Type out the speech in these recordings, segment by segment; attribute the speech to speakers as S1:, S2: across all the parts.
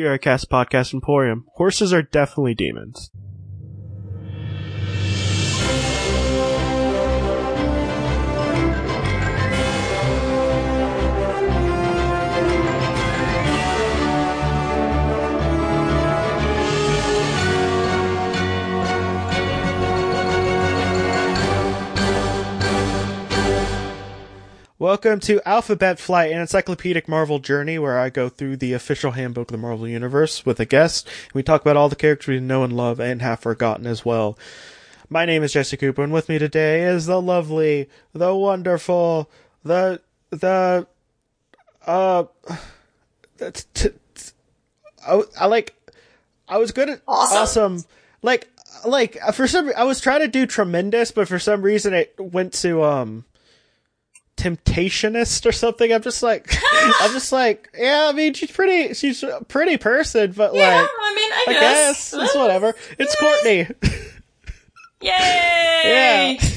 S1: Curacast Podcast Emporium. Horses are definitely demons. Welcome to Alphabet Flight, an encyclopedic Marvel journey where I go through the official handbook of the Marvel Universe with a guest. And we talk about all the characters we know and love and have forgotten as well. My name is Jesse Cooper, and with me today is the lovely, the wonderful, the, the, uh, that's, t- t- I, I like, I was good at awesome. Like, like, uh, for some, I was trying to do tremendous, but for some reason it went to, um, temptationist or something. I'm just like, I'm just like, yeah. I mean, she's pretty. She's a pretty person, but
S2: Yeah,
S1: like,
S2: I mean, I,
S1: I guess it's whatever. It's Courtney.
S2: Yay!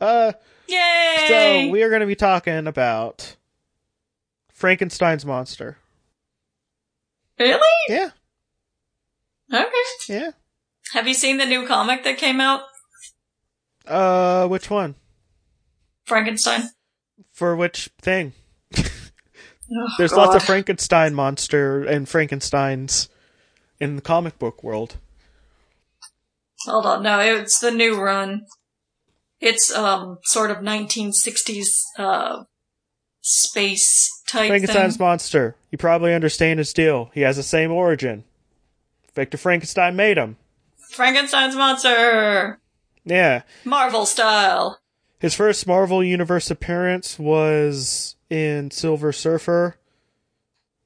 S1: Uh,
S2: Yay!
S1: so we are going to be talking about Frankenstein's monster.
S2: really?
S1: Yeah,
S2: Okay.
S1: yeah.
S2: Have you seen the new comic that came out,
S1: Uh, which one
S2: Frankenstein?
S1: for which thing?
S2: Oh,
S1: There's
S2: God.
S1: lots of Frankenstein monster and Frankenstein's in the comic book world.
S2: Hold on, no, it's the new run. It's um sort of 1960s uh space type
S1: Frankenstein's
S2: thing.
S1: monster. You probably understand his deal. He has the same origin. Victor Frankenstein made him.
S2: Frankenstein's monster,
S1: Yeah.
S2: Marvel style.
S1: His first Marvel Universe appearance was in Silver Surfer,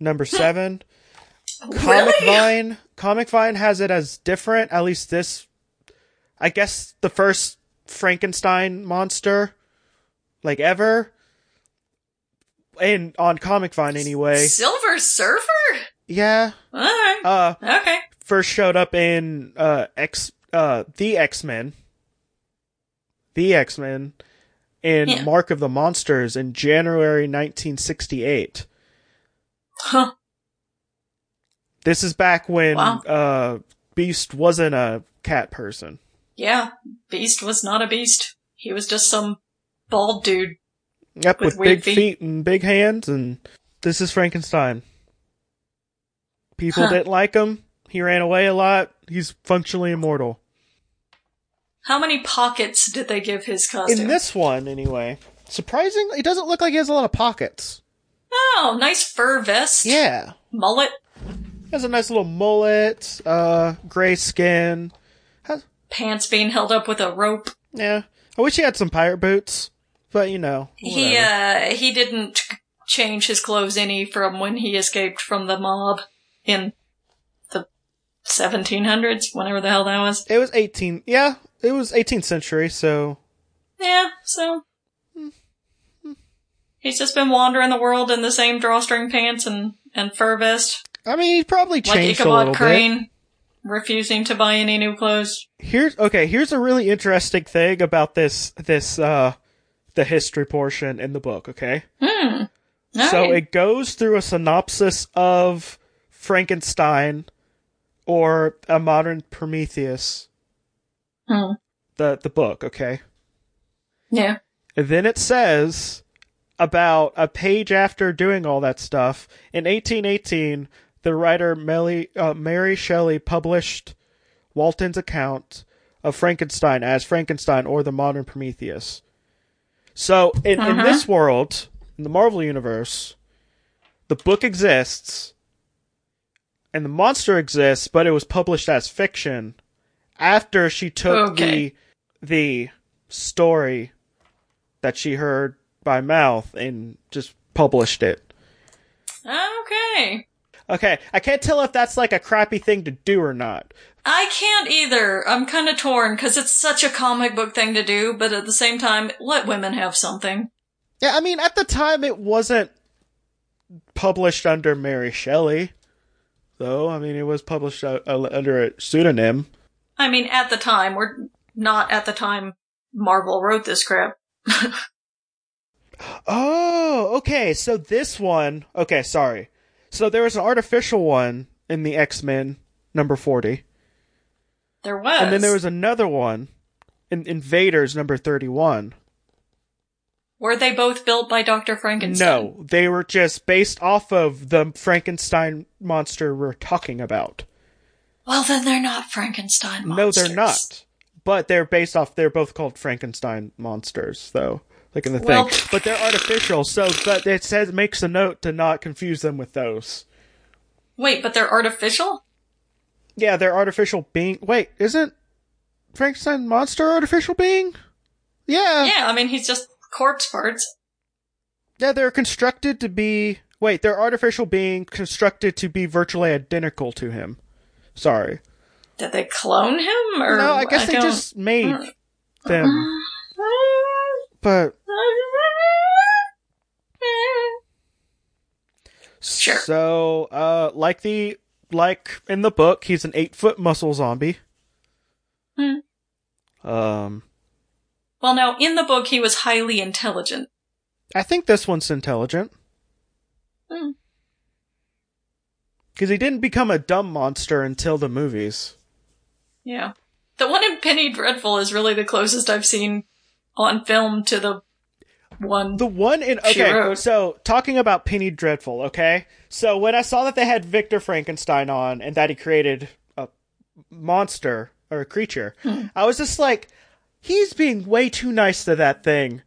S1: number seven. Comic
S2: really?
S1: Vine. Comic Vine has it as different. At least this, I guess, the first Frankenstein monster, like ever, and on Comic Vine anyway.
S2: Silver Surfer.
S1: Yeah.
S2: All right.
S1: eh? Uh,
S2: okay.
S1: first showed up in uh X uh the X-Men. The X-Men in
S2: Yeah.
S1: Mark of the Monsters in January 1968.
S2: Huh.
S1: This is back when
S2: Wow.
S1: uh Beast wasn't a cat person.
S2: Yeah, Beast was not a beast. He was just some bald dude.
S1: Yep, with,
S2: With
S1: big
S2: weird feet.
S1: feet and big hands and this is Frankenstein. People
S2: Huh.
S1: didn't like him. He ran away a lot. He's functionally immortal.
S2: How many pockets did they give his costume?
S1: in this one anyway surprisingly it doesn't look like he has a lot of pockets
S2: oh, nice fur vest.
S1: yeah
S2: Mullet,
S1: he has a nice little mullet uh gray skin has,
S2: pants being held up with a rope.
S1: yeah i wish he had some pirate boots but you know
S2: He
S1: whatever.
S2: uh he didn't change his clothes any from when he escaped from the mob in the 1700s, whenever the hell that was.
S1: it was 18 yeah it was 18th century so
S2: Yeah, so
S1: Hmm.
S2: he's just been wandering the world in the same drawstring pants and and fur vest.
S1: i mean he probably
S2: like
S1: changed a little
S2: Ichabod
S1: bit
S2: Crane, refusing to buy any new clothes.
S1: here's okay here's a really interesting thing about this this uh the history portion in the book okay
S2: Hmm.
S1: So
S2: Alright.
S1: it goes through a synopsis of Frankenstein or a modern Prometheus,
S2: Hmm.
S1: the the book, okay?
S2: yeah,
S1: And then it says about a page after doing all that stuff, in 1818, the writer Melly, uh, Mary Shelley published Walton's account of Frankenstein as Frankenstein or the modern Prometheus. So, in, in
S2: Uh-huh.
S1: this world, in the Marvel Universe, the book exists and the monster exists, but it was published as fiction after she took
S2: Okay.
S1: the the story that she heard by mouth and just published it.
S2: okay.
S1: Okay, I can't tell if that's like a crappy thing to do or not.
S2: I can't either. I'm kind of torn because it's such a comic book thing to do, but at the same time, let women have something.
S1: Yeah, I mean, at the time it wasn't published under Mary Shelley, though. I mean, it was published uh, uh, under a pseudonym.
S2: I mean, at the time, we're not at the time Marvel wrote this crap.
S1: Oh, okay. So this one, okay, sorry. So there was an artificial one in the X Men number forty,
S2: There was.
S1: and then there was another one in Invaders number thirty one.
S2: Were they both built by Dr. Frankenstein?
S1: No, they were just based off of the Frankenstein monster we're talking about.
S2: Well, then they're not Frankenstein
S1: No,
S2: monsters.
S1: they're not. But they're based off. They're both called Frankenstein monsters, though. Like in the
S2: Well-
S1: thing, but they're artificial. So that it says makes a note to not confuse them with those.
S2: Wait, but they're artificial?
S1: Yeah, they're artificial being. Wait, isn't Frankenstein monster artificial being? Yeah, yeah,
S2: yeah, I mean, he's just corpse parts.
S1: they're constructed to be. Wait, they're artificial being constructed to be virtually identical to him. Sorry.
S2: Did they clone him? Or
S1: no, I guess they
S2: don't-
S1: just made
S2: Mm.
S1: them. But
S2: Sure.
S1: So, uh, like the like in the book, he's an eight foot muscle zombie.
S2: Hmm.
S1: Um,
S2: Well, now, in the book, he was highly intelligent.
S1: I think this one's intelligent
S2: Hmm.
S1: because he didn't become a dumb monster until the movies.
S2: Yeah. The one in Penny Dreadful is really the closest I've seen on film to the one.
S1: The one in
S2: She
S1: okay,
S2: wrote.
S1: so talking about Penny Dreadful, okay. So when I saw that they had Victor Frankenstein on and that he created a monster or a creature,
S2: Hmm.
S1: I was just like, he's being way too nice to that thing.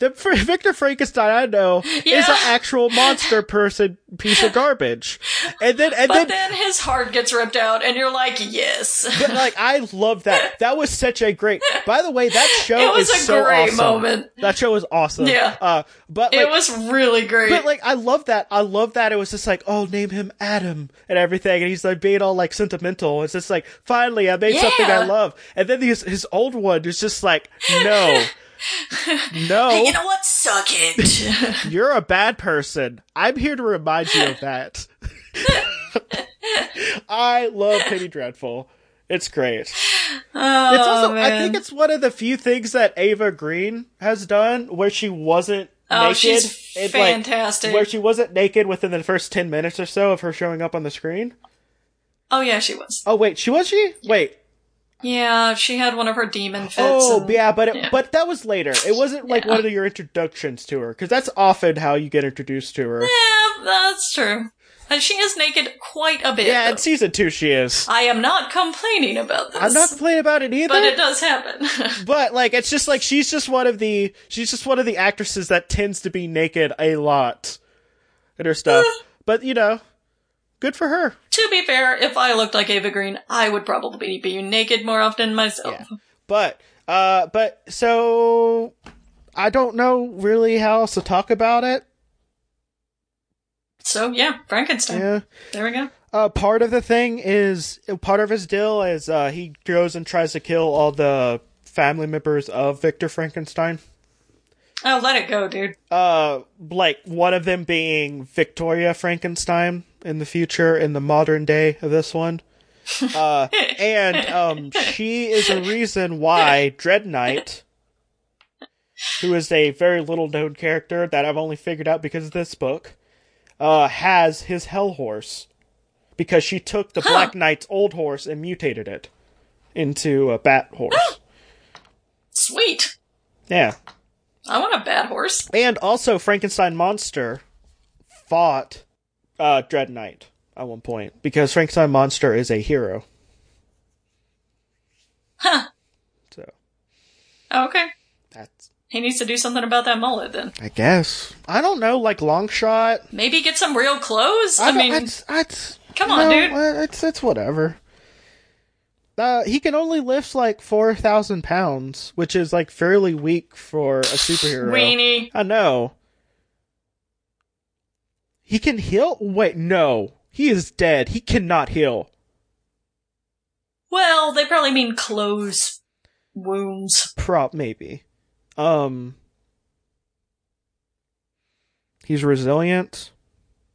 S1: The Fr- Victor Frankenstein I know is
S2: Yeah.
S1: an actual monster person piece of garbage, and then and
S2: but
S1: then.
S2: then his heart gets ripped out, and you're like, yes.
S1: but, like I love that. That was such a great. By the way, that show
S2: It was
S1: is
S2: a
S1: so
S2: great
S1: awesome.
S2: moment.
S1: That show is awesome.
S2: Yeah.
S1: Uh, but like,
S2: it was really great.
S1: But like, I love that. I love that it was just like, oh, name him Adam and everything, and he's like being all like sentimental. It's just like, finally, I made something I
S2: Yeah.
S1: love. And then his his old one is just like, no, no,
S2: you know what? Suck it.
S1: you're a bad person. I'm here to remind you of that. I love Penny Dreadful. It's great.
S2: oh,
S1: It's also,
S2: man.
S1: I think it's one of the few things that Ava Green has done where she wasn't
S2: Oh,
S1: naked.
S2: she's
S1: and, like,
S2: fantastic.
S1: where she wasn't naked within the first 10 minutes or so of her showing up on the screen.
S2: oh, yeah, she was.
S1: Oh, wait, she was she? Wait.
S2: Yeah, she had one of her demon fits.
S1: Oh,
S2: and-
S1: yeah, but it,
S2: um, yeah.
S1: but that was later. It wasn't like
S2: Yeah.
S1: one of your introductions to her, because that's often how you get introduced to her.
S2: Yeah, that's true. And she is naked quite a bit.
S1: Yeah,
S2: though.
S1: in season two, she is.
S2: I am not complaining about this.
S1: I'm not complaining about it either.
S2: Uh, but it does happen.
S1: but like it's just like she's just one of the she's just one of the actresses that tends to be naked a lot in her stuff. but you know, good for her.
S2: to be fair, if I looked like Ava Green, I would probably be naked more often myself.
S1: But uh but so I don't know really how else to talk about it.
S2: So yeah, Frankenstein.
S1: Yeah.
S2: There we go.
S1: Uh, part of the thing is part of his deal is uh, he goes and tries to kill all the family members of Victor Frankenstein.
S2: Oh, let it go, dude.
S1: uh like one of them being Victoria Frankenstein in the future in the modern day of this one. Uh and um she is a reason why Dread Knight who is a very little known character that I've only figured out because of this book uh has his hell horse because she took the Black Knight's old horse and mutated it into a bat horse.
S2: Sweet.
S1: yeah.
S2: I want a bad horse.
S1: And also, Frankenstein Monster fought uh, Dread Knight at one point because Frankenstein Monster is a hero.
S2: Huh.
S1: So
S2: Okay.
S1: that's,
S2: He needs to do something about that mullet then.
S1: I guess, I don't know, like long shot.
S2: Maybe get some real clothes. I,
S1: don't-
S2: mean,
S1: it's, it's,
S2: come on,
S1: no,
S2: dude.
S1: uh, It's it's whatever. Uh, he can only lift like four thousand pounds, which is like fairly weak for a superhero.
S2: weenie.
S1: I know. He can heal? Wait, no. He is dead. He cannot heal.
S2: Well, they probably mean clothes wounds.
S1: Prop maybe. Um He's resilient.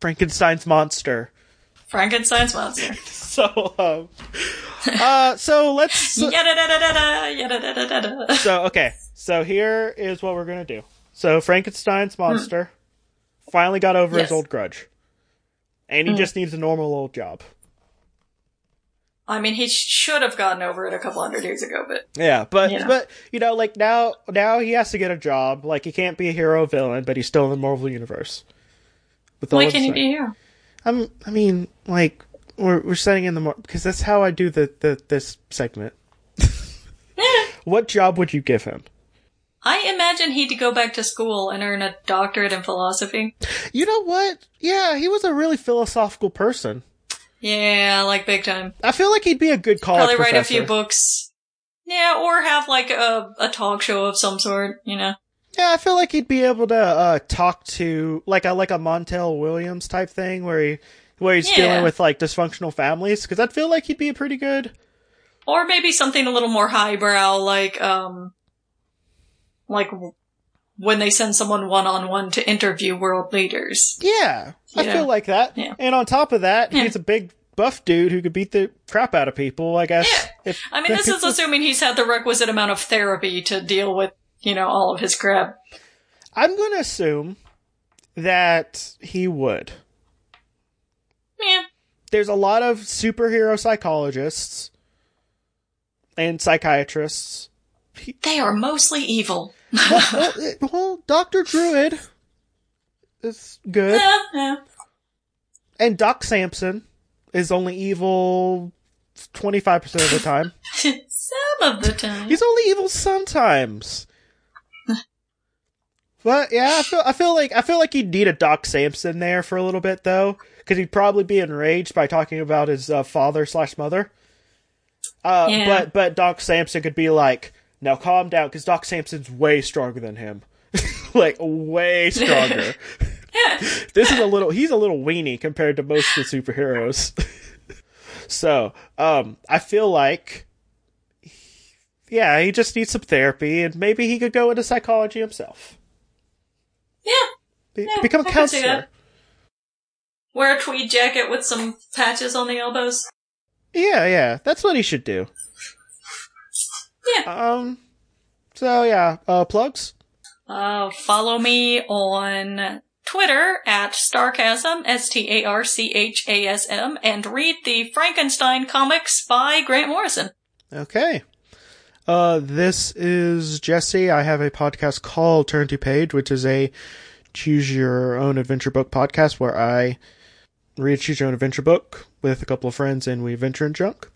S1: Frankenstein's monster.
S2: Frankenstein's monster.
S1: So um uh so let's so,
S2: yada da da da da. Yada da da da da.
S1: so okay. So here is what we're going to do. So Frankenstein's monster finally got over his
S2: Yes.
S1: old grudge. And he just needs a normal old job.
S2: I mean, he should have gotten over it a couple hundred years ago, but
S1: Yeah, but
S2: Yeah.
S1: but you know, like now now he has to get a job. Like he can't be a hero or villain, but he's still in the Marvel universe. With all
S2: why
S1: of
S2: can't he
S1: that.
S2: be here?
S1: I'm, I mean, like we're we're setting in the Mar because that's how I do the, the this segment. what job would you give him?
S2: I imagine he'd go back to school and earn a doctorate in philosophy.
S1: You know what? Yeah, he was a really philosophical person.
S2: Yeah, like big time.
S1: I feel like he'd be a good college
S2: Probably write a
S1: professor.
S2: few books. Yeah, or have like a, a talk show of some sort, you know.
S1: Yeah, I feel like he'd be able to uh, talk to like a like a Montel Williams type thing where he where he's
S2: Yeah.
S1: dealing with like dysfunctional families because I feel like he'd be a pretty good.
S2: Or maybe something a little more highbrow, like, um, like w- when they send someone one on one to interview world leaders.
S1: Yeah, I
S2: Yeah.
S1: feel like that.
S2: Yeah.
S1: And on top of that,
S2: Yeah.
S1: he's a big buff dude who could beat the crap out of people. I guess. If,
S2: I mean, this is assuming he's had the requisite amount of therapy to deal with, you know, all of his crap.
S1: I'm going to assume that he would.
S2: Yeah.
S1: There's a lot of superhero psychologists and psychiatrists.
S2: They are mostly evil.
S1: well, it- well, Doctor Druid is good,
S2: Yeah, yeah.
S1: and Doc Sampson is only evil twenty five percent of the time.
S2: Some of the time.
S1: He's only evil sometimes. But yeah, I feel I feel like I feel like he'd need a Doc Sampson there for a little bit though, because he'd probably be enraged by talking about his uh, father slash mother. Uh,
S2: Yeah.
S1: But but Doc Sampson could be like, now calm down, because Doc Sampson's way stronger than him, like way stronger. this is a little he's a little weenie compared to most of the superheroes. so um, I feel like yeah, he just needs some therapy, and maybe he could go into psychology himself.
S2: Yeah.
S1: Be-
S2: Yeah,
S1: become a
S2: I can see
S1: counselor.
S2: that. Wear a tweed jacket with some patches on the elbows.
S1: Yeah, yeah, that's what he should do.
S2: Yeah.
S1: Um, so yeah, uh, plugs.
S2: Uh, follow me on Twitter at Starchasm, S-T-A-R-C-H-A-S-M, and read the Frankenstein comics by Grant Morrison.
S1: Okay. Uh, this is Jesse. I have a podcast called Turn to Page, which is a choose your own adventure book podcast where I read a choose your own adventure book with a couple of friends, and we adventure and junk.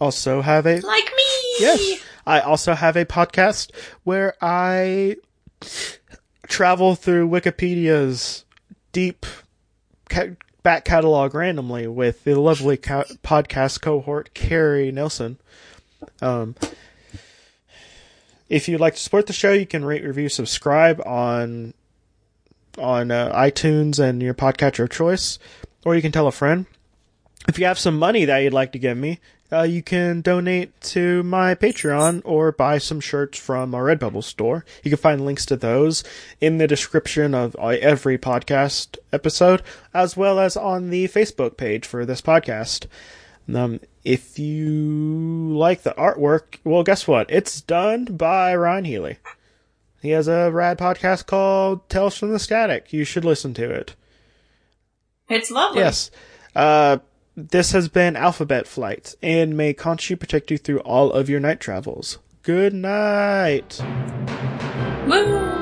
S1: Also have a
S2: Like me!
S1: Yes. I also have a podcast where I travel through Wikipedia's deep ca- back catalog randomly with the lovely co- podcast cohort, Carrie Nelson. Um, if you'd like to support the show, you can rate, review, subscribe on on uh, iTunes and your podcatcher of choice, or you can tell a friend if you have some money that you'd like to give me, uh, you can donate to my Patreon or buy some shirts from our Redbubble store. You can find links to those in the description of uh, every podcast episode, as well as on the Facebook page for this podcast. Um, if you like the artwork, well, guess what? It's done by Ryan Healy. He has a rad podcast called Tales from the Static. You should listen to it.
S2: It's lovely.
S1: Yes. Uh, this has been Alphabet Flight, and may Conchu protect you through all of your night travels. Good night.
S2: Woo!